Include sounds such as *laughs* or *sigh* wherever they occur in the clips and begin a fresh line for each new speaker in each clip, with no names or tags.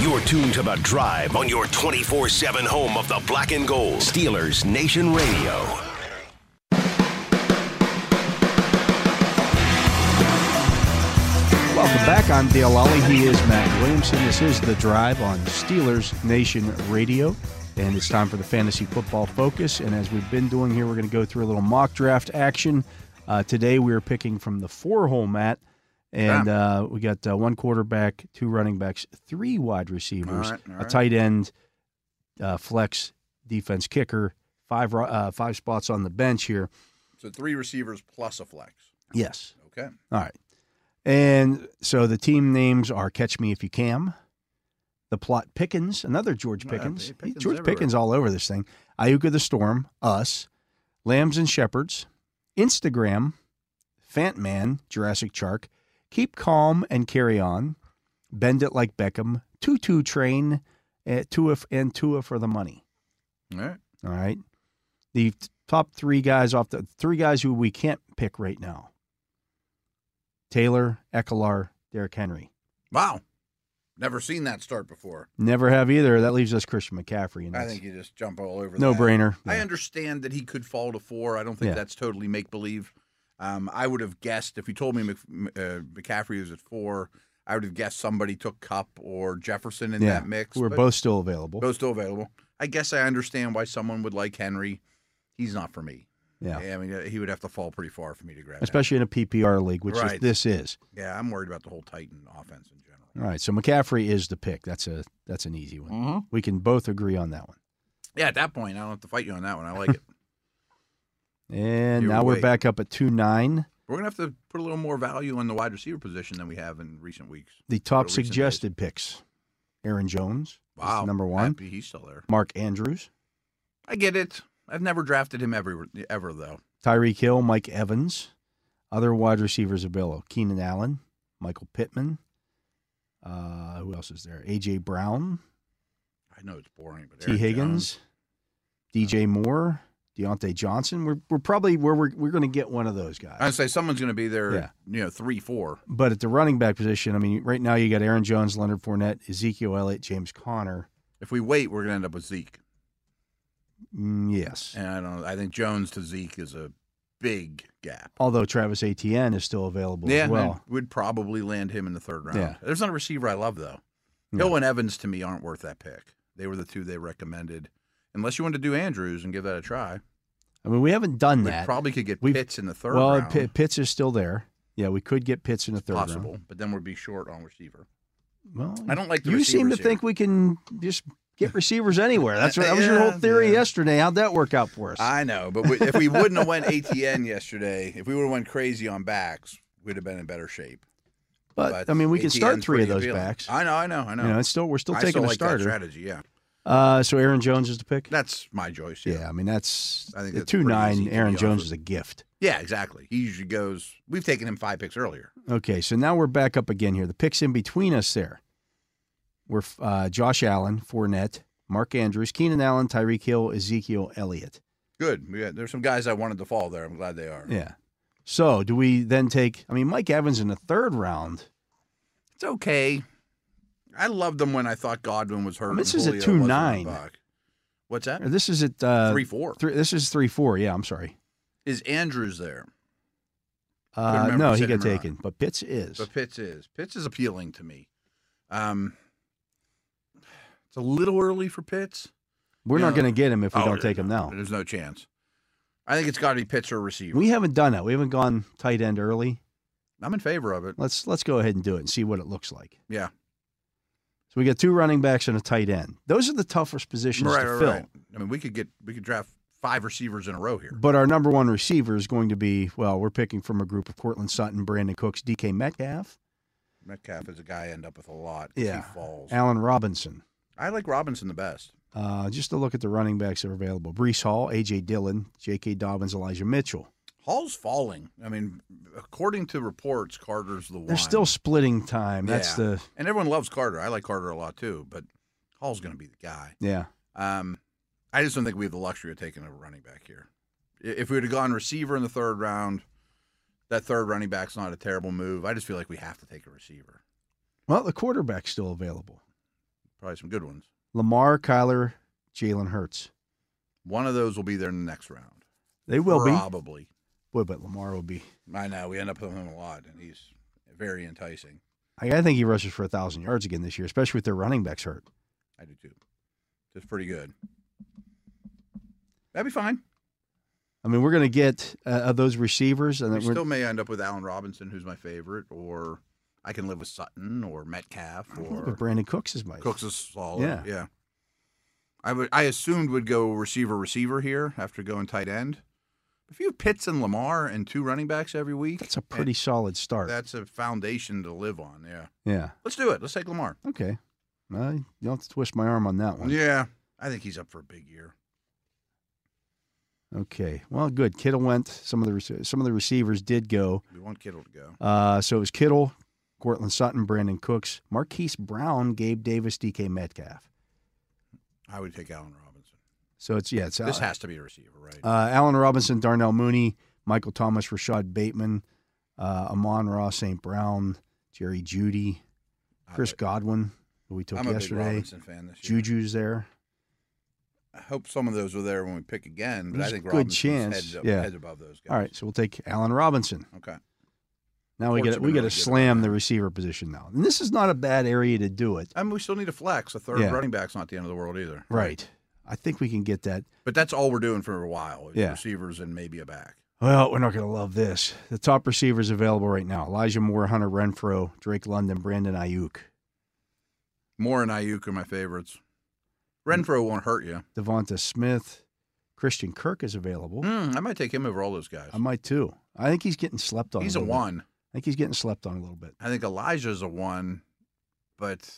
You're tuned to The Drive on your 24 7 home of the black and gold. Steelers Nation Radio.
Welcome back. I'm Dale Lally. He is Matt Williamson. This is The Drive on Steelers Nation Radio. And it's time for the fantasy football focus. And as we've been doing here, we're going to go through a little mock draft action. Uh, today, we are picking from the four hole, Matt. And uh, we got uh, one quarterback, two running backs, three wide receivers,
All right, all
a
right.
tight end, uh, flex, defense kicker, five, ro- uh, five spots on the bench here.
So three receivers plus a flex.
Yes.
Okay.
All right. And so the team names are Catch Me If You Can, The Plot Pickens, another George
Yeah,
Pickens.
they- Pickens
George
everywhere.
Pickens all over this thing. Iuka the Storm, Us, Lambs and Shepherds, Instagram, Fant Man, Jurassic Shark, Keep Calm and Carry On, Bend It Like Beckham, Tutu Train, eh, Tua f- and Tua for the Money.
All right.
All right. The t- top three guys off the three guys who we can't pick right now Taylor, Eckler, Derrick Henry.
Wow. Never seen that start before.
Never have either. That leaves us Christian McCaffrey. And
I
that's
think you just jump all over.
no
that.
brainer.
I
Yeah.
understand that he could fall to four. I don't think
Yeah.
that's totally make believe. Um, I would have guessed if you told me Mc, m- uh, McCaffrey was at four, I would have guessed somebody took Cup or Jefferson in
Yeah.
that mix.
We're
but
both still available.
both still available. I guess I understand why someone would like Henry. He's not for me.
yeah.
I mean, uh, he would have to fall pretty far for me to grab. him.
Especially in a PPR league, which is,
Right.
this is.
Yeah, I'm worried about the whole Titan offense in general.
All right. So McCaffrey is the pick. That's a that's an easy one. We can both agree on that one.
Yeah, at that point, I don't have to fight you on that one. I
*laughs*
like it.
And
You're
now we're
way-
back up at two nine.
We're gonna have to put a little more value on the wide receiver position than we have in recent weeks.
The top
What a recent
suggested picks. Aaron Jones is
Wow,
number one.
Happy he's still there.
Mark Andrews.
I get it. I've never drafted him ever, ever though.
Tyreek Hill, Mike Evans, other wide receivers available: Keenan Allen, Michael Pittman. Uh, who else is there? AJ Brown,
I know it's boring, but
T.
Aaron Jones-
Higgins, DJ Moore, Deontay Johnson. We're, we're probably where we're we're going to get one of those
I'd
guys.
say someone's gonna be there.
Yeah.
You know, three, four.
But at the running back position, I mean, right now you got Aaron Jones, Leonard Fournette, Ezekiel Elliott, James Conner.
If we wait, we're gonna end up with Zeke.
Mm, yes.
And I don't. I think Jones to Zeke is a big gap.
Although Travis Etienne is still available
Yeah,
as
and
well.
I would probably land him in the third round.
Yeah.
There's not a receiver I love though.
No.
Hill and Evans to me aren't worth that pick. They were the two they recommended. Unless you wanted to do Andrews and give that a try,
I mean, we haven't done
we
that.
probably could get
We've-
Pitts in the third
well,
round.
P- Pitts is still there. Yeah, we could get Pitts in the third round.
possible, but then we'd be short on receiver.
Well,
I don't like the
you seem to
receivers here.
think we can just get receivers anywhere. That's what that was your
*laughs* Yeah,
whole theory
yeah.
yesterday. How'd that work out for us?
I know, but we, if we wouldn't have went ATN yesterday, if we would have went crazy on backs, we'd have been in better shape.
but, I mean, we can start
ATN's
three of
pretty
those
appealing.
backs.
I know, I know, I know.
You know, it's still we're still
I
taking
still
a
like that
starter.
strategy. Yeah,
Uh, so Aaron Jones is the pick.
that's my choice.
yeah. I mean that's
I think
the
that's
two
pretty
nine.
easy to
Aaron
be
Jones
offered.
is a gift.
yeah, exactly. He usually goes. We've taken him five picks earlier.
Okay, so now we're back up again here. The picks in between us there. We're uh, Josh Allen, Fournette, Mark Andrews, Keenan Allen, Tyreek Hill, Ezekiel Elliott.
Good. Yeah, there's some guys I wanted to fall there. I'm glad they are.
Yeah. So do we then take? I mean, Mike Evans in the third round.
It's okay. I loved them when I thought Godwin was hurt.
mean, this
and
is a
Julio
2-9.
wasn't on Buck. What's that?
This is at uh,
Three four.
Three, this is three four. Yeah, I'm sorry.
Is Andrews there? Couldn't
Uh,
remember
no,
if
he
you said
got
him or not.
taken, but Pitts is.
But Pitts is. Pitts is appealing to me. Um, it's a little early for Pitts.
We're not
yeah.
going to get him if we
Oh,
don't take him now.
There's no chance. I think it's got to be Pitts or receiver.
We haven't done that. We haven't gone tight end early.
I'm in favor of it.
Let's let's go ahead and do it and see what it looks like.
Yeah.
So we got two running backs and a tight end. Those are the toughest positions
Right,
to
right,
fill.
right. I mean, we could get we could draft five receivers in a row here.
But our number one receiver is going to be well, we're picking from a group of Cortland Sutton, Brandon Cooks, DK Metcalf,
Metcalf is a guy I end up with a lot. if
Yeah.
He falls.
Allen Robinson.
I like Robinson the best.
Uh, just to look at the running backs that are available: Brees Hall, AJ Dillon, J.K. Dobbins, Elijah Mitchell.
Hall's falling. I mean, according to reports, Carter's the one.
They're still splitting time. That's
Yeah.
the
and everyone loves Carter. I like Carter a lot too, but Hall's going to be the guy.
yeah.
Um, I just don't think we have the luxury of taking a running back here. I- If we would have gone receiver in the third round, that third running back's not a terrible move. I just feel like we have to take a receiver.
Well, the quarterback's still available.
Probably some good ones.
Lamar, Kyler, Jalen Hurts.
One of those will be there in the next round.
They will be.
Probably.
Boy, but Lamar will be.
I know we end up with him a lot, and he's very enticing.
I, I think he rushes for a thousand yards again this year, especially with their running backs hurt.
I do too. That's pretty good. That'd be fine.
I mean, we're going to get uh, of those receivers, and
We
then we're,
still may end up with Allen Robinson, who's my favorite, or I can live with Sutton or Metcalf
I don't know
or
if Brandon Cooks is my
Cooks is solid.
Yeah.
Yeah. I would I assumed would go receiver receiver here after going tight end. If you have Pitts and Lamar and two running backs every week,
That's a pretty solid start.
that's a foundation to live on. Yeah.
yeah.
Let's do it. Let's take Lamar.
Okay. Well, you don't have to twist my arm on that one.
Yeah. I think he's up for a big year.
Okay. Well, good. Kittle went. Some of the rece- some of the receivers did go.
We want Kittle to go.
Uh, so it was Kittle, Cortland Sutton, Brandon Cooks, Marquise Brown, Gabe Davis, DK Metcalf.
I would take Allen Robinson.
So it's yeah, it's
This
uh,
has to be a receiver, right?
uh, Allen Robinson, Darnell Mooney, Michael Thomas, Rashad Bateman, uh, Amon Ross, St. Brown, Jerry Judy,
I
Chris
would-
Godwin, who we took
I'm a big
yesterday.
Robinson fan this year.
Juju's there.
I hope some of those were there when we pick again, but
There's
I
a
think
good
Robinson's
chance,
Heads up,
yeah.
heads above those guys.
All right, so we'll take Allen Robinson.
Okay.
Now we
Port's
got
been
we got to
really good at
slam
that.
the receiver position now, and this is not a bad area to do it.
I mean, we still need a flex. A third
Yeah.
running back's not the end of the world either.
Right. I think we can get that.
But that's all we're doing for a while. is
Yeah.
Receivers and maybe a back.
Well, we're not going to love this. The top receivers available right now: Elijah Moore, Hunter Renfro, Drake London, Brandon Ayuk,
Moore and Ayuk are my favorites. Renfro won't hurt you.
Devonta Smith, Christian Kirk is available.
Mm, I might take him over all those guys.
I might too. I think he's getting slept on.
He's a
little bit.
one.
I think he's getting slept on a little bit.
I think Elijah's a one, but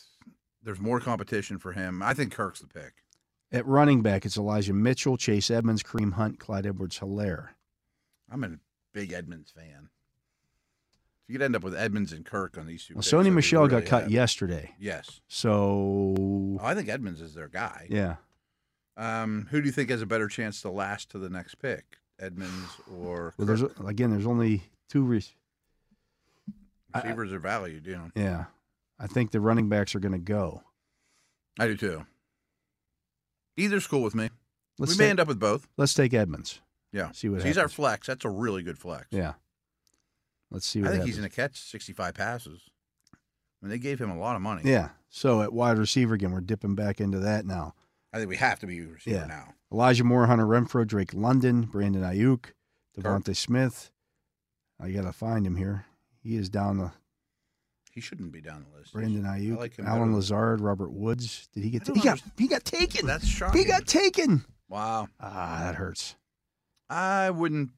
there's more competition for him. I think Kirk's the pick.
At running back, it's Elijah Mitchell, Chase Edmonds, Kareem Hunt, Clyde Edwards-Hilaire.
I'm a big Edmonds fan. If you could end up with Edmonds and Kirk on these two,
Well,
picks,
Sony
that'd be
Michelle
really
got cut
happy.
yesterday,
Yes.
so
Oh, I think Edmonds is their guy.
yeah.
Um, who do you think has a better chance to last to the next pick, Edmonds or
Well, there's
Kirk?
again, there's only two. Re- I-
receivers are valued? You know,
yeah, I think the running backs are going to go.
I do too. Either's cool with me.
Let's
we
take,
may end up with both.
let's take Edmonds.
Yeah.
See what
he's our
happens.
flex. That's a really good flex.
yeah. Let's see
I
what
think
happens.
he's going to catch 65 passes. I mean, they gave him a lot of money.
yeah. So at wide receiver again, we're dipping back into that now.
I think we have to be a receiver
Yeah.
now.
Elijah Moore, Hunter Renfro, Drake London, Brandon Ayuk, Devontae Smith. I gotta find him here. He is down the
He shouldn't be down the list.
Brandon Ayuk,
like him
Alan
better.
Lazard, Robert Woods. Did he get?
I
ta-
don't
he got
understand.
he got taken.
That's shocking.
he got taken.
wow.
Ah, that hurts.
I wouldn't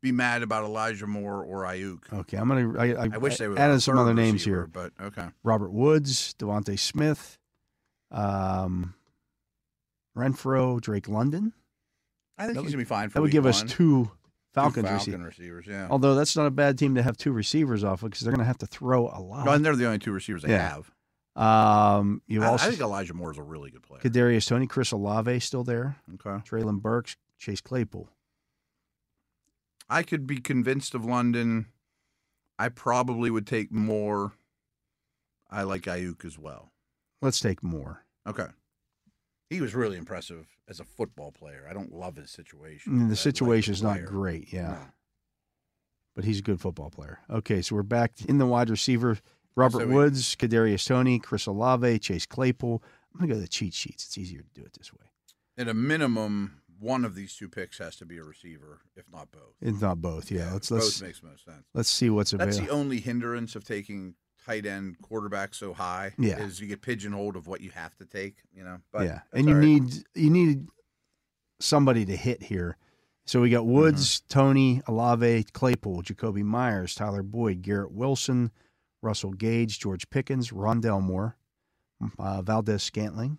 be mad about Elijah Moore or Ayuk.
Oh, Okay, I'm gonna. I, I,
I wish they would
add
have
in
a
some
third
other names
receiver,
here.
But okay,
Robert Woods, Devontae Smith, um, Renfro, Drake London.
I think
That
he's
would-
gonna be fine. For
That would
week
give us
one.
two
Two
Falcons Oh, receivers.
Falcon receivers. Yeah,
Although that's not a bad team to have two receivers off because they're going to have to throw a
no,
lot.
and they're the only two receivers they
Yeah.
have.
Um, you
I, I
also
think Elijah Moore is a really good player.
Kadarius Tony, Chris Olave still there,
okay,
Traylon Burks, Chase Claypool.
I could be convinced of London. I probably would take more. I like Ayuk as well.
Let's take more.
Okay, he was really impressive as a football player. I don't love his situation. but I
Mm, The
like
situation's not
player.
great, yeah,
No.
but he's a good football player. Okay, so we're back in the wide receiver: Robert
So we-
Woods, Kadarius Tony, Chris Olave, Chase Claypool. I'm going to go to the cheat sheets. It's easier to do it this way.
At a minimum, one of these two picks has to be a receiver, if not both.
It's not both. Yeah, let's
both
let's
makes most sense.
let's see what's
That's
available.
the only hindrance of taking tight end quarterback so high.
Yeah.
is you get pigeonholed of what you have to take. You know, but
yeah,
that's
and you
all right.
need you need somebody to hit here. So we got
Mm-hmm.
Woods, Tony, Alave, Claypool, Jacoby Myers, Tyler Boyd, Garrett Wilson, Russell Gage, George Pickens, Rondell Moore, uh, Valdez Scantling,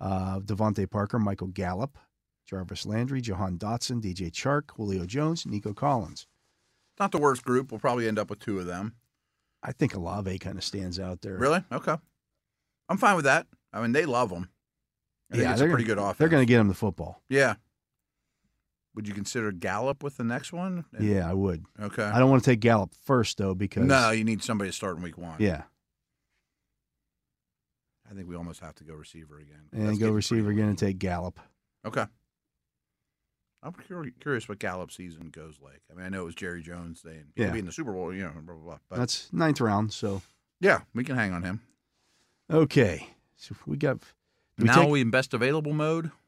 uh, Devontae Parker, Michael Gallup, Jarvis Landry, Jahan Dotson, DJ Chark, Julio Jones, Nico Collins.
not the worst group. We'll probably end up with two of them.
I think Alave kind of stands out there.
Really? Okay, I'm fine with that. I mean, they love him. I think
Yeah,
it's a
they're
pretty
gonna-
good offense.
They're going to get him the football.
yeah. Would you consider Gallup with the next one? And-
Yeah, I would.
Okay.
I don't want to take Gallup first though because
no, you need somebody to start in week one.
yeah.
I I think we almost have to go receiver again.
and
That's
go
getting
receiver
pretty-
again and take Gallup.
Okay. I'm curi- curious what Gallup season goes like. I mean, I know it was Jerry Jones saying he'll
Yeah.
be in the Super Bowl, you know, blah blah blah. But
That's ninth round. So
yeah, we can hang on him.
okay, so we got do we
now
take-
we in best available mode.
*sighs*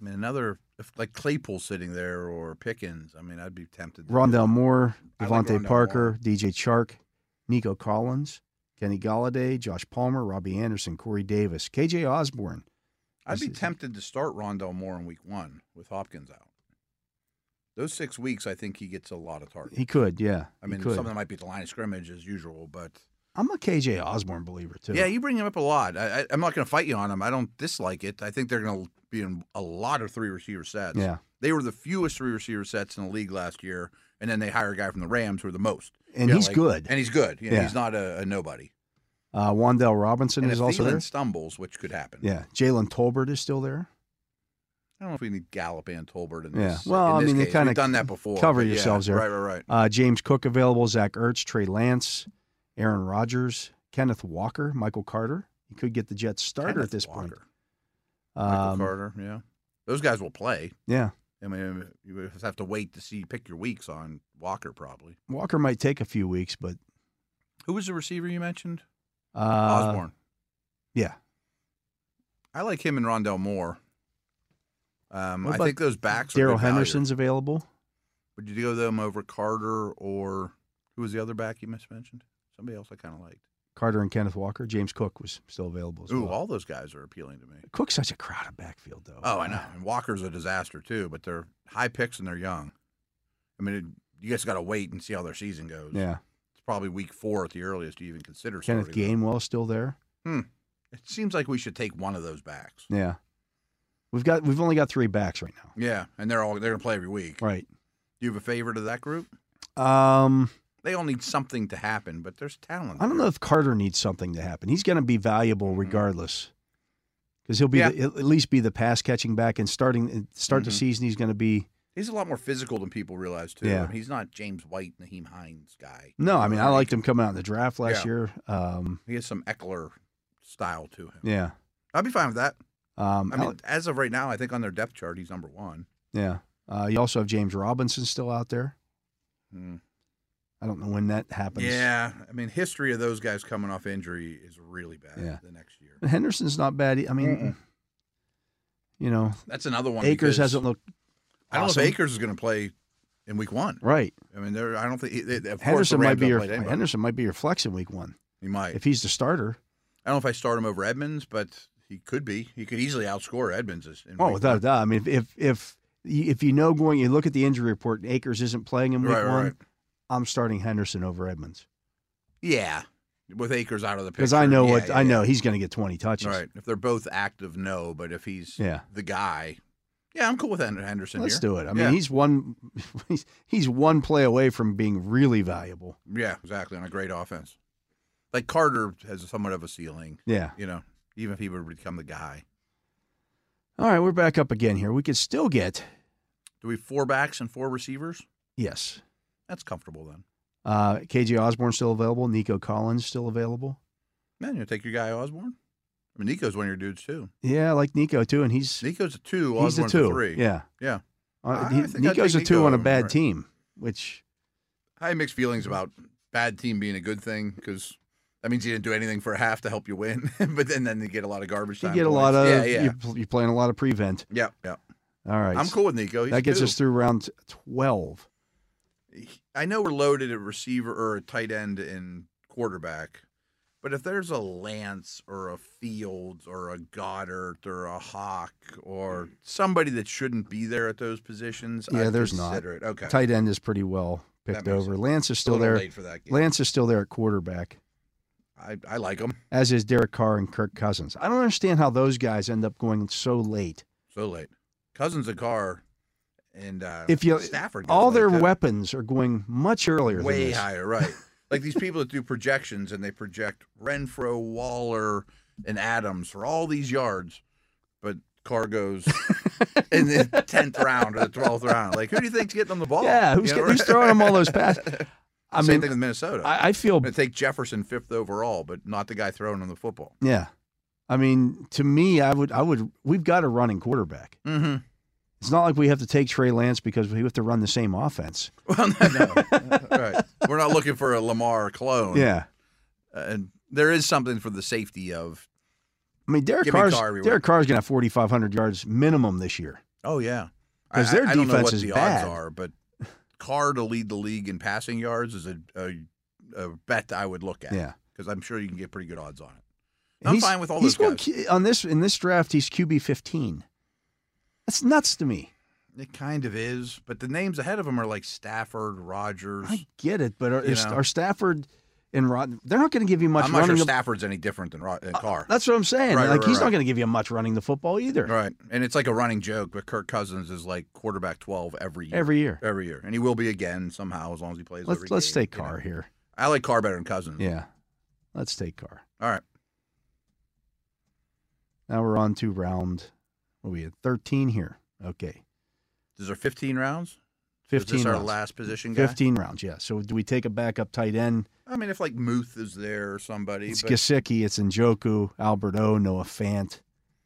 I mean, another if like Claypool sitting there or Pickens. I mean, I'd be tempted. to do
Rondell
that.
Moore,
I like
Devontae
Rondell
Parker,
Moore.
DJ Chark, Nico Collins, Kenny Galladay, Josh Palmer, Robbie Anderson, Corey Davis, KJ Osborne.
I'd be
This is-
tempted to start Rondell Moore in Week One with Hopkins out. Those six weeks, I think he gets a lot of targets.
He could, yeah.
I
he
mean,
could.
something that might be at the line of scrimmage as usual, but
I'm a KJ Osborne believer too.
yeah, you bring him up a lot. I, I, I'm not going to fight you on him. I don't dislike it. I think they're going to be in a lot of three receiver sets.
yeah.
They were the fewest three receiver sets in the league last year, and then they hire a guy from the Rams who are the most.
And
You know,
he's
like-
good.
And he's good. You know,
Yeah.
He's not a, a nobody.
uh, Wandell Robinson
And if
is also
Thielen
there.
stumbles, which could happen,
Yeah, Jalen Tolbert is still there.
I don't know if we need Gallup and Tolbert in
Yeah.
this.
Well,
in
I
this
mean, they
case.
kinda
We've done that before.
cover
but yeah,
yourselves there.
Right, right, right.
Uh, James Cook available, Zach Ertz, Trey Lance, Aaron Rodgers, Kenneth Walker, Michael Carter. He could get the Jets starter
Kenneth
at this point.
Walker, Michael
Um,
Carter, yeah. Those guys will play.
Yeah,
I mean, you would have to wait to see pick your weeks on Walker probably.
Walker might take a few weeks, but
Who was the receiver you mentioned?
uh,
Osborne.
Yeah,
I like him and Rondell Moore. Um,
What
I
about
think those backs. are
Daryl
good value.
Henderson's available.
Would you go them over Carter or who was the other back you mismentioned? Somebody else I kind of liked.
Carter and Kenneth Walker. James Cook was still available as
Ooh,
well.
all those guys are appealing to me.
Cook's such a crowded backfield, though.
Oh, I know. And Walker's a disaster too, but they're high picks and they're young. I mean, it, you guys got to wait and see how their season goes.
Yeah,
It's probably week four at the earliest you even consider
Kenneth
starting them.
Gainwell still there.
It seems like we should take one of those backs.
Yeah, we've got we've only got three backs right now.
Yeah, and they're all they're gonna play every week.
Right.
Do you have a favorite of that group?
Um,
They all need something to happen, but there's talent.
I don't
there.
know if Carter needs something to happen. He's going to be valuable regardless, because he'll be
Mm-hmm. Yeah.
the, he'll at least be the pass catching back and starting uh, start the
Mhm.
season. He's going to be
He's a lot more physical than people realize too.
Yeah.
I mean, he's not James White, Naheem Hines guy.
no. I
You know,
mean, I liked him coming out in the draft last
Yeah.
year. Um,
He has some Eckler style to him.
yeah.
I'd be fine with that.
Um,
I mean, as of right now, I think on their depth chart, he's number one.
yeah. Uh, you also have James Robinson still out there.
Hmm.
I don't know when that happens.
Yeah, I mean, history of those guys coming off injury is really bad.
Yeah.
the
*laughs*
next year,
But Henderson's not bad. e, I mean,
Mm-mm.
you know,
that's another one.
Akers
because
hasn't looked.
I don't
awesome.
know if Akers is going to play in week one.
right.
I mean, there. I don't think. Of course, the
Henderson might
Rams
be
don't
your
play to anybody.
Henderson might be your flex in week one
He might.
if he's the starter.
I don't know if I start him over Edmonds, but he could be. He could easily outscore Edmonds. this- In
Oh,
week
without a
one.
doubt. I mean, if if if you, if you know going, you look at the injury report. and Akers isn't playing in week
Right, right,
one.
right.
I'm starting Henderson over Edmonds
Yeah, with Akers out of the picture,
because I know
yeah,
what
yeah,
I
yeah.
know. He's going to get 20 touches.
All right. If they're both active, no. But if he's
Yeah.
the guy, yeah, I'm cool with Hen- Henderson
Let's
here.
do it. I mean,
Yeah.
he's one *laughs* he's, he's one play away from being really valuable.
Yeah, exactly. On a great offense, like Carter has somewhat of a ceiling.
Yeah.
You know, even if he would become the guy.
All right, we're back up again here. We could still get
Do we have four backs and four receivers?
yes.
That's comfortable then.
Uh, KJ Osborne still available. Nico Collins still available.
Man, you take your guy Osborne. I mean, Nico's one of your dudes too.
Yeah, I like Nico too, and he's
Nico's a two.
he's a
Osborne's
two.
a three.
Yeah,
Yeah.
Uh,
I
he-
think I'd
Nico's a
take
two
Nico
on a
over
bad
Aaron.
team, which
I had mixed feelings about bad team being a good thing because that means you didn't do anything for a half to help you win. *laughs* but then then you get a lot of garbage
you
time.
get a
points.
lot of
yeah yeah
You're, pl- you're playing a lot of prevent.
yeah yeah.
All right.
I'm cool with Nico. He's
That gets
two.
us through round 12.
I know we're loaded at receiver or a tight end and quarterback, but if there's a Lance or a Fields or a Goddard or a Hawk or somebody that shouldn't be there at those positions,
Yeah,
I'd
there's not.
consider it. Okay,
Tight end is pretty well picked
makes
over.
sense.
Lance is
It's a
still
little
there.
Late for that game.
Lance is still there at quarterback,
I, I like him.
as is Derek Carr and Kirk Cousins. I don't understand how those guys end up going so late.
So late. Cousins a car, and uh,
If you-
Stafford goes
All
late,
their
too.
weapons are going much earlier than
way
this.
higher,
*laughs*
right? like these people that do projections and they project Renfro, Waller, and Adams for all these yards, but
*laughs*
Carr goes in the tenth round or the twelfth round. Like, who do you think's getting them the ball?
Yeah, who's,
You know,
getting, who's
right? *laughs*
throwing them all those passes? I
Same
mean,
thing with Minnesota. I, am
I, I feel
gonna take Jefferson fifth overall, but not the guy throwing him the football.
yeah. I mean, to me, I would I would we've got a running quarterback.
Mm-hmm.
It's not like we have to take Trey Lance because we have to run the same offense.
*laughs* Well, no, no. right. We're not looking for a Lamar clone. Uh,
Yeah.
and there is something for the safety of.
I mean, Derek
Give me
Carr's
Carr everywhere.
Derek Carr's gonna have 4,500 yards minimum this year.
Oh yeah,
'Cause
I-
their
I, I don't know
defense
what
is
the
bad.
odds are, but Carr to lead the league in passing yards is a a, a bet I would look at.
Yeah.
because I'm sure you can get pretty good odds on it. I'm fine with all
he's
those guys.
going on this in this draft. He's QB 15. That's nuts to me.
It kind of is, but the names ahead of him are like Stafford, Rogers.
I get it, but are,
You
is-
know.
are Stafford and Rod? They're not going to give you much
I'm not
running.
sure
the-
Stafford's any different than, Ro- than Carr.
That's what I'm saying.
Right,
like
right,
he's
right,
not
right.
going to give you much running the football either.
Right, and it's like a running joke, but Kirk Cousins is like quarterback twelve every year.
Every year.
Every year, and he will be again somehow as long as he plays.
Let's
every
let's
game,
take
you know. Mm-hmm.
Carr here.
I like Carr better than Cousins.
Yeah, let's take Carr.
All right.
Now we're on to round. What are we at? 13 here. Okay,
Is there 15 rounds? Is
15.
this our
rounds.
last position guy?
15 rounds. Yeah. So do we take a backup tight end?
I mean, if like Muth is there or somebody.
It's
but
Gasicki. It's Njoku, Albert O, Noah Fant.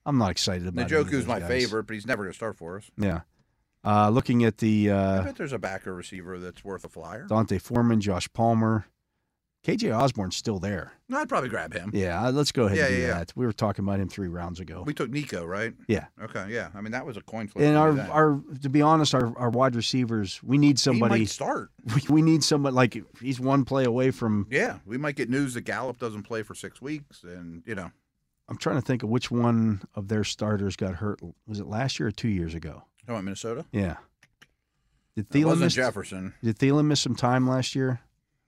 I'm not excited about. any of
Njoku's
those
my
guys.
favorite, but he's never going to start for us.
Yeah. Uh, looking at the
I
uh,
bet there's a backer receiver that's worth a flyer.
Dante Foreman, Josh Palmer, KJ Osborne's still there.
No, I'd probably grab him.
Yeah, uh, let's go ahead
Yeah,
and do
yeah, yeah.
that. We were talking about him three rounds ago.
We took Nico, right?
Yeah.
Okay, yeah. I mean, that was a coin flip.
and
to do
our,
that.
our to be honest, our, our wide receivers, we need
He
somebody.
might start.
*laughs* We, we need someone like he's one play away from.
Yeah, we might get news that Gallup doesn't play for six weeks, and you know,
I'm trying to think of which one of their starters got hurt. Was it last year or two years ago?
I want Minnesota.
Yeah. Did
It
Thielen
wasn't
miss?
Jefferson.
Did Thielen miss some time last year?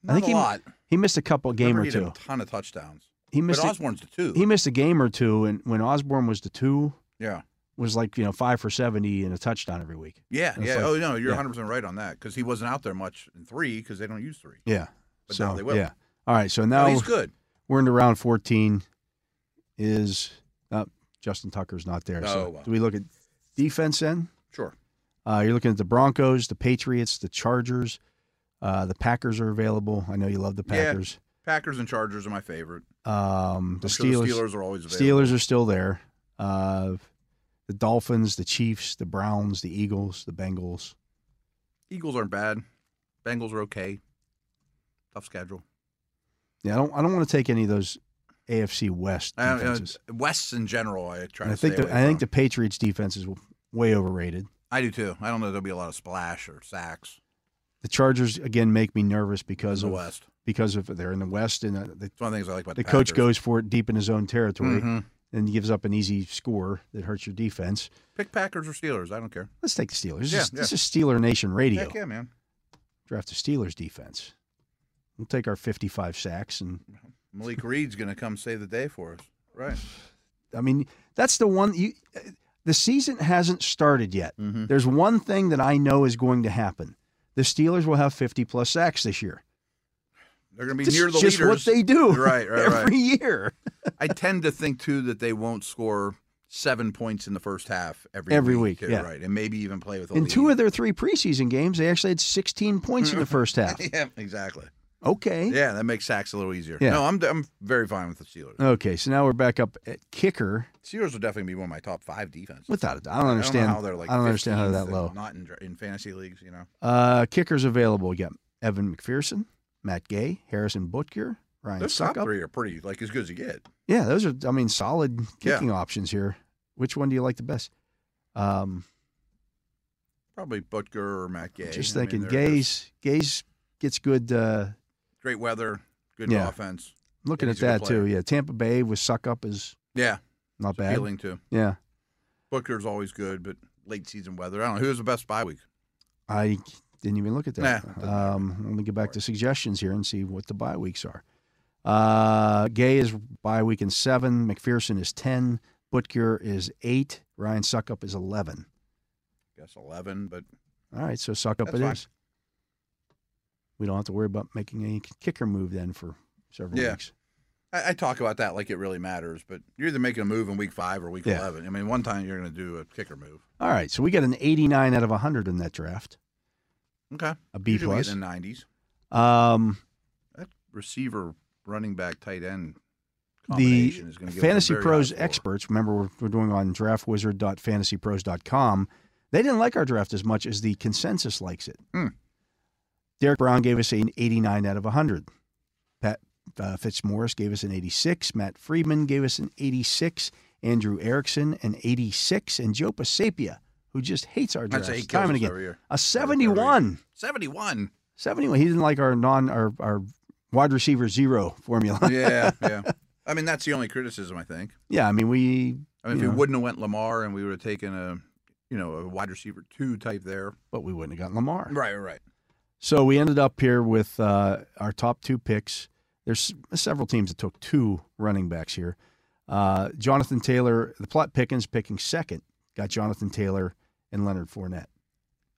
Not
think
a
he-
lot.
He missed a couple game
Remember,
or
he had
two.
a ton of touchdowns.
He
But
missed. a-
Osborne's the two.
he missed a game or two, and when Osborne was the two,
yeah.
was like you know five for seventy and a touchdown every week.
Yeah,
It's
yeah.
like-
oh no, you're
yeah.
100 percent right on that because he wasn't out there much in three because they don't use three.
Yeah.
But
so
now they will.
yeah. All right. So
No,
now
he's good.
we're into round fourteen. Is uh, Justin Tucker's not there? so
Oh, wow.
do we look at defense then?
Sure.
Uh, you're looking at the Broncos, the Patriots, the Chargers. Uh, the Packers are available. I know you love the
Yeah.
Packers.
Packers and Chargers are my favorite.
Um, the
I'm sure
Steelers.
the Steelers are always available.
Steelers are still there. Uh, the Dolphins, the Chiefs, the Browns, the Eagles, the Bengals.
Eagles aren't bad. Bengals are okay. Tough schedule.
Yeah, I don't. I don't want to take any of those AFC West
I don't-
defenses.
uh, Wests in general, I try
And
to
I think
stay
the,
away
I think
from.
the Patriots defense is way overrated.
I do too. I don't know. if There'll be a lot of splash or sacks
The Chargers again make me nervous
in
because
the
of
West.
because of they're in the West and uh, the,
It's one of the things I like about
the
the,
coach
Packers.
goes for it deep in his own territory
Mhm.
and gives up an easy score that hurts your defense.
Pick Packers or Steelers. I don't care.
Let's take the Steelers. This,
Yeah,
is, this is Steeler Nation Radio.
Heck yeah, man.
Draft the Steelers defense. We'll take our 55 sacks and *laughs*
Malik Reed's gonna come save the day for us. Right.
I mean, that's the one you the season hasn't started yet.
Mhm.
There's one thing that I know is going to happen. The Steelers will have 50 plus sacks this year.
They're gonna be
This
near
is
the
just
leaders.
what they do
Right, right, right.
*laughs* every year.
I tend to think too that they won't score seven points in the first half every
Every
week,
week,
too,
yeah.
right, and maybe even play with a
In
lead.
two of their three preseason games, they actually had 16 points
*laughs*
in the first half.
yeah, exactly.
Okay.
Yeah, that makes sacks a little easier.
Hmm? Yeah.
No, I'm I'm very fine with the Steelers.
Okay, so now we're back up at kicker.
Steelers will definitely be one of my top five defenses.
Without it, I don't
I don't
understand.
know how they're like.
I don't understand how they're that
15th and
low.
Not in, dra- in fantasy leagues, you know.
Uh, kickers available. You got Evan McPherson, Matt Gay, Harrison Butker, Ryan
Those top
Suckup.
three are pretty like as good as you get.
Yeah, those are I mean solid
Yeah.
kicking options here. Which one do you like the best? Um,
Probably Butker or Matt Gay.
just
I mean,
thinking,
they're
Gaze Gaze gets good. Uh,
just Great weather, good
Yeah.
offense.
looking
Yeah,
at
he's a good
that too. Yeah, Tampa Bay with suck up is
Yeah,
not bad.
appealing too.
Yeah,
Booker's always good, but late season weather. I don't know who was the best bye week.
I didn't even look at that.
Nah, doesn't
um, let me get back to suggestions here and see what the bye weeks are. Uh, Gay is bye week in seven. McPherson is ten. Butker is eight. Ryan Suckup is eleven.
guess eleven, but
All right, so suck up
That's
it
fine.
is. We don't have to worry about making any kicker move then for several
Yeah.
weeks.
I, I talk about that like it really matters, but you're either making a move in week five or week
Yeah.
11. I mean, one time you're going to do a kicker move.
All right, so we got an 89 out of 100 in that draft,
Okay.
a B
Usually we
plus.
get in the 90s.
Um,
That receiver, running back, tight end
the
combination is going to
Fantasy Pros
expert.
experts, remember we're, we're doing on draftwizard.fantasypros.com, they didn't like our draft as much as the consensus likes it.
Hmm.
Derek Brown gave us an 89 out of 100. Pat uh, Fitzmaurice gave us an 86. Matt Friedman gave us an 86. Andrew Erickson an 86. And Joe Pasapia, who just hates our
I'd
draft
say he kills
time and
us
again,
every year.
a 71. *laughs*
71.
71. He didn't like our non our, our wide receiver zero formula. *laughs*
yeah, yeah. I mean, that's the only criticism I think.
yeah, I mean, we
I mean, if
Yeah.
we wouldn't have went Lamar and we would have taken a, you know, a wide receiver two type there.
but we wouldn't have gotten Lamar.
Right, right.
So we ended up here with uh, our top two picks. There's several teams that took two running backs here. Uh, Jonathan Taylor, the plot Pickens picking second, got Jonathan Taylor and Leonard Fournette.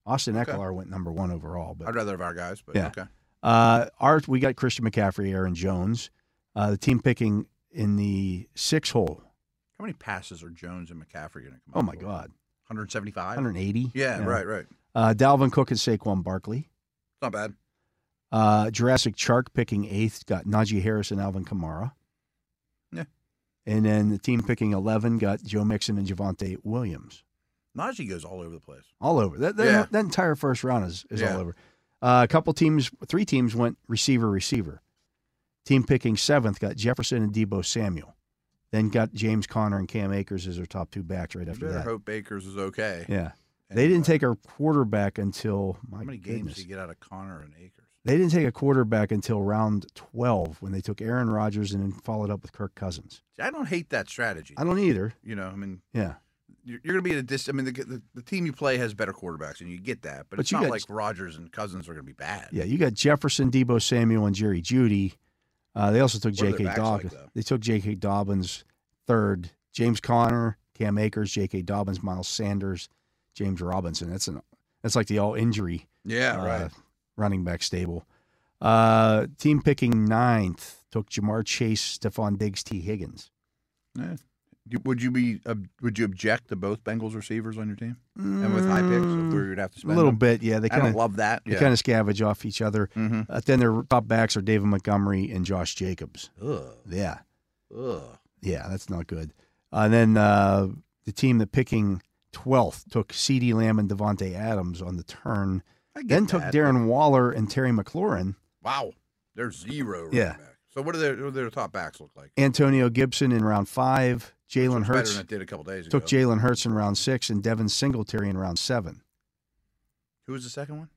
Austin
Okay.
Eckler went number one overall, but
I'd rather have our guys, but
Yeah.
okay.
uh, our, we got Christian McCaffrey, Aaron Jones. Uh, the team picking in the six hole.
How many passes are Jones and McCaffrey going to come?
Oh
up
my
with?
God,
175.
180.
Yeah, right, right.
Uh, Dalvin Cook and Saquon Barkley.
Not bad.
Uh, Jurassic Shark picking eighth got Najee Harris and Alvin Kamara.
Yeah.
And then the team picking 11 got Joe Mixon and Javante Williams.
Najee goes all over the place.
All over. That, that,
Yeah.
that entire first round is, is
Yeah.
all over. Uh, a couple teams, three teams went receiver, receiver. Team picking seventh got Jefferson and Debo Samuel. Then got James Conner and Cam Akers as their top two backs right
You
after
better
that.
hope Baker's is okay.
Yeah.
And,
They
uh,
didn't take a quarterback until, my
How many games
goodness.
do you get out of Connor and Akers?
They didn't take a quarterback until round 12 when they took Aaron Rodgers and then followed up with Kirk Cousins.
See, I don't hate that strategy.
I don't either.
You know, I mean,
Yeah.
you're, you're going to be at a dis. I mean, the, the, the team you play has better quarterbacks, and you get that. But,
But
it's
you
not
got-
like Rodgers and Cousins are going to be bad.
Yeah. You got Jefferson, Debo Samuel, and Jerry Judy. Uh, they also took
What are their
J.K.
backs like,
Dobbins.
though?
they took J.K. Dobbins third, James Conner, Cam Akers, J.K. Dobbins, Miles Sanders, James Robinson. That's an that's like the all injury
Yeah,
uh,
right.
running back stable. Uh, team picking ninth took Jamar Chase, Stephon Diggs, T. Higgins.
Do- Would you be? ob would you object to both Bengals receivers on your team and with high picks
Mm.
of where you'd have to
a
spend
little
them?
bit, yeah. They
I
kind of
don't love that.
They
Yeah.
kind of scavenge off each other.
hmm
Uh, then their top backs are David Montgomery and Josh Jacobs.
Ugh.
Yeah,
Ugh.
yeah, that's not good. Uh, and then uh, the team that picking 12th took C.D. Lamb and Devontae Adams on the turn.
I get
Then took
that.
Darren Waller and Terry McLaurin,
Wow, there's zero. Running
Yeah.
Back. So what do their what do their top backs look like?
Antonio Gibson in round five, Jalen
Looks better than
Hurts
it did a couple days ago.
took Jalen Hurts in round six, and Devin Singletary in round seven.
Who was the second one?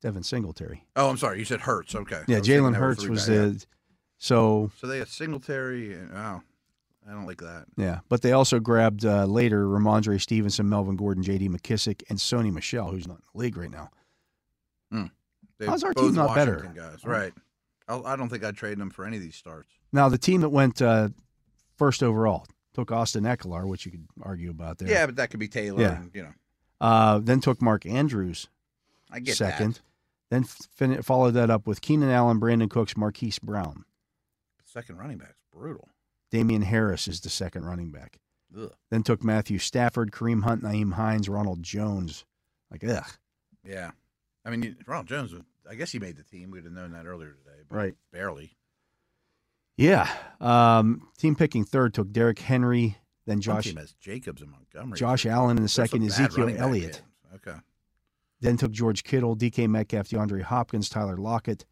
Devin Singletary.
Oh, I'm sorry. You said Hurts. Okay.
Yeah,
I was thinking
Jalen
that
Hurts
three
was
back.
the. So
So they had Singletary and wow, I don't like that.
Yeah, but they also grabbed uh, later Ramondre Stevenson, Melvin Gordon, J.D. McKissick, and Sony Michelle, who's not in the league right now.
They
How's our
both
team not better? Oh.
Washington Guys, right? I'll, I don't think I'd trade them for any of these starts.
Now, the team that went uh, first overall took Austin Eckler, which you could argue about there.
Yeah, but that could be Taylor.
Yeah.
And, you know,
Uh, then took Mark Andrews
I get
second.
that.
Then fin- followed that up with Keenan Allen, Brandon Cooks, Marquise Brown.
Second running back's brutal.
Damian Harris is the second running back.
Ugh.
Then took Matthew Stafford, Kareem Hunt, Naeem Hines, Ronald Jones. Like, ugh.
Yeah, I mean you- Ronald Jones. was- I guess he made the team. We'd have known that earlier today. But
Right.
Barely.
Yeah. Um, team picking third took Derrick Henry, then
One
Josh
team has Jacobs and Montgomery.
Josh Allen in the
There's some
second,
bad
Ezekiel
running back
Elliott.
teams. Okay.
Then took George Kittle, DK Metcalf, DeAndre Hopkins, Tyler Lockett.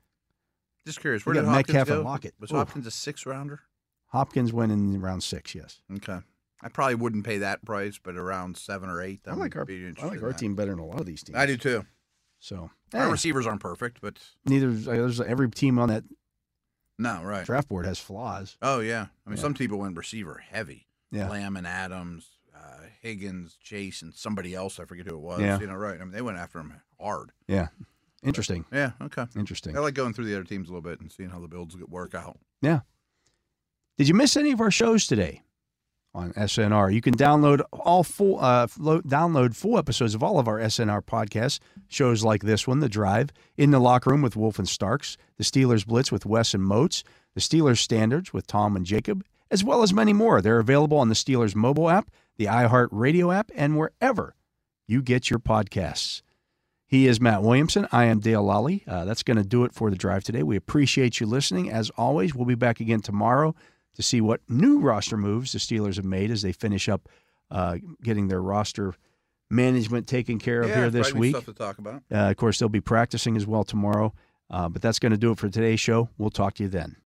Just curious,
We
where did
got
Hopkins
Metcalf
go?
and Lockett.
Was
Ooh.
Hopkins a six rounder?
Hopkins went in round six, yes.
Okay. I probably wouldn't pay that price, but around seven or eight.
I like
would
our-
be interested
I like
in
our
that.
team better than a lot of these teams.
I do too.
So
Our
eh,
receivers aren't perfect, but
neither there's every team on that
no, right.
draft board has flaws.
Oh yeah. I mean,
Yeah.
some people went receiver heavy.
Yeah.
Lamb and Adams, uh, Higgins, Chase, and somebody else. I forget who it was.
Yeah.
You know, right. I mean, they went after him hard.
Interesting.
Yeah. Okay.
Interesting.
I like going through the other teams a little bit and seeing how the builds work out.
Did you miss any of our shows today on SNR? You can download all full uh, flo- download full episodes of all of our SNR podcasts, shows like this one, The Drive, In the Locker Room with Wolf and Starks, The Steelers Blitz with Wes and Moats, The Steelers Standards with Tom and Jacob, as well as many more. They're available on the Steelers mobile app, the iHeart Radio app, and wherever you get your podcasts. He is Matt Williamson. I am Dale Lally. Uh, that's going to do it for the drive today. We appreciate you listening. As always, we'll be back again tomorrow to see what new roster moves the Steelers have made as they finish up uh, getting their roster management taken care of
yeah,
here this
probably
week.
Stuff to talk about.
Uh, of course, they'll be practicing as well tomorrow. Uh, but that's going to do it for today's show. We'll talk to you then.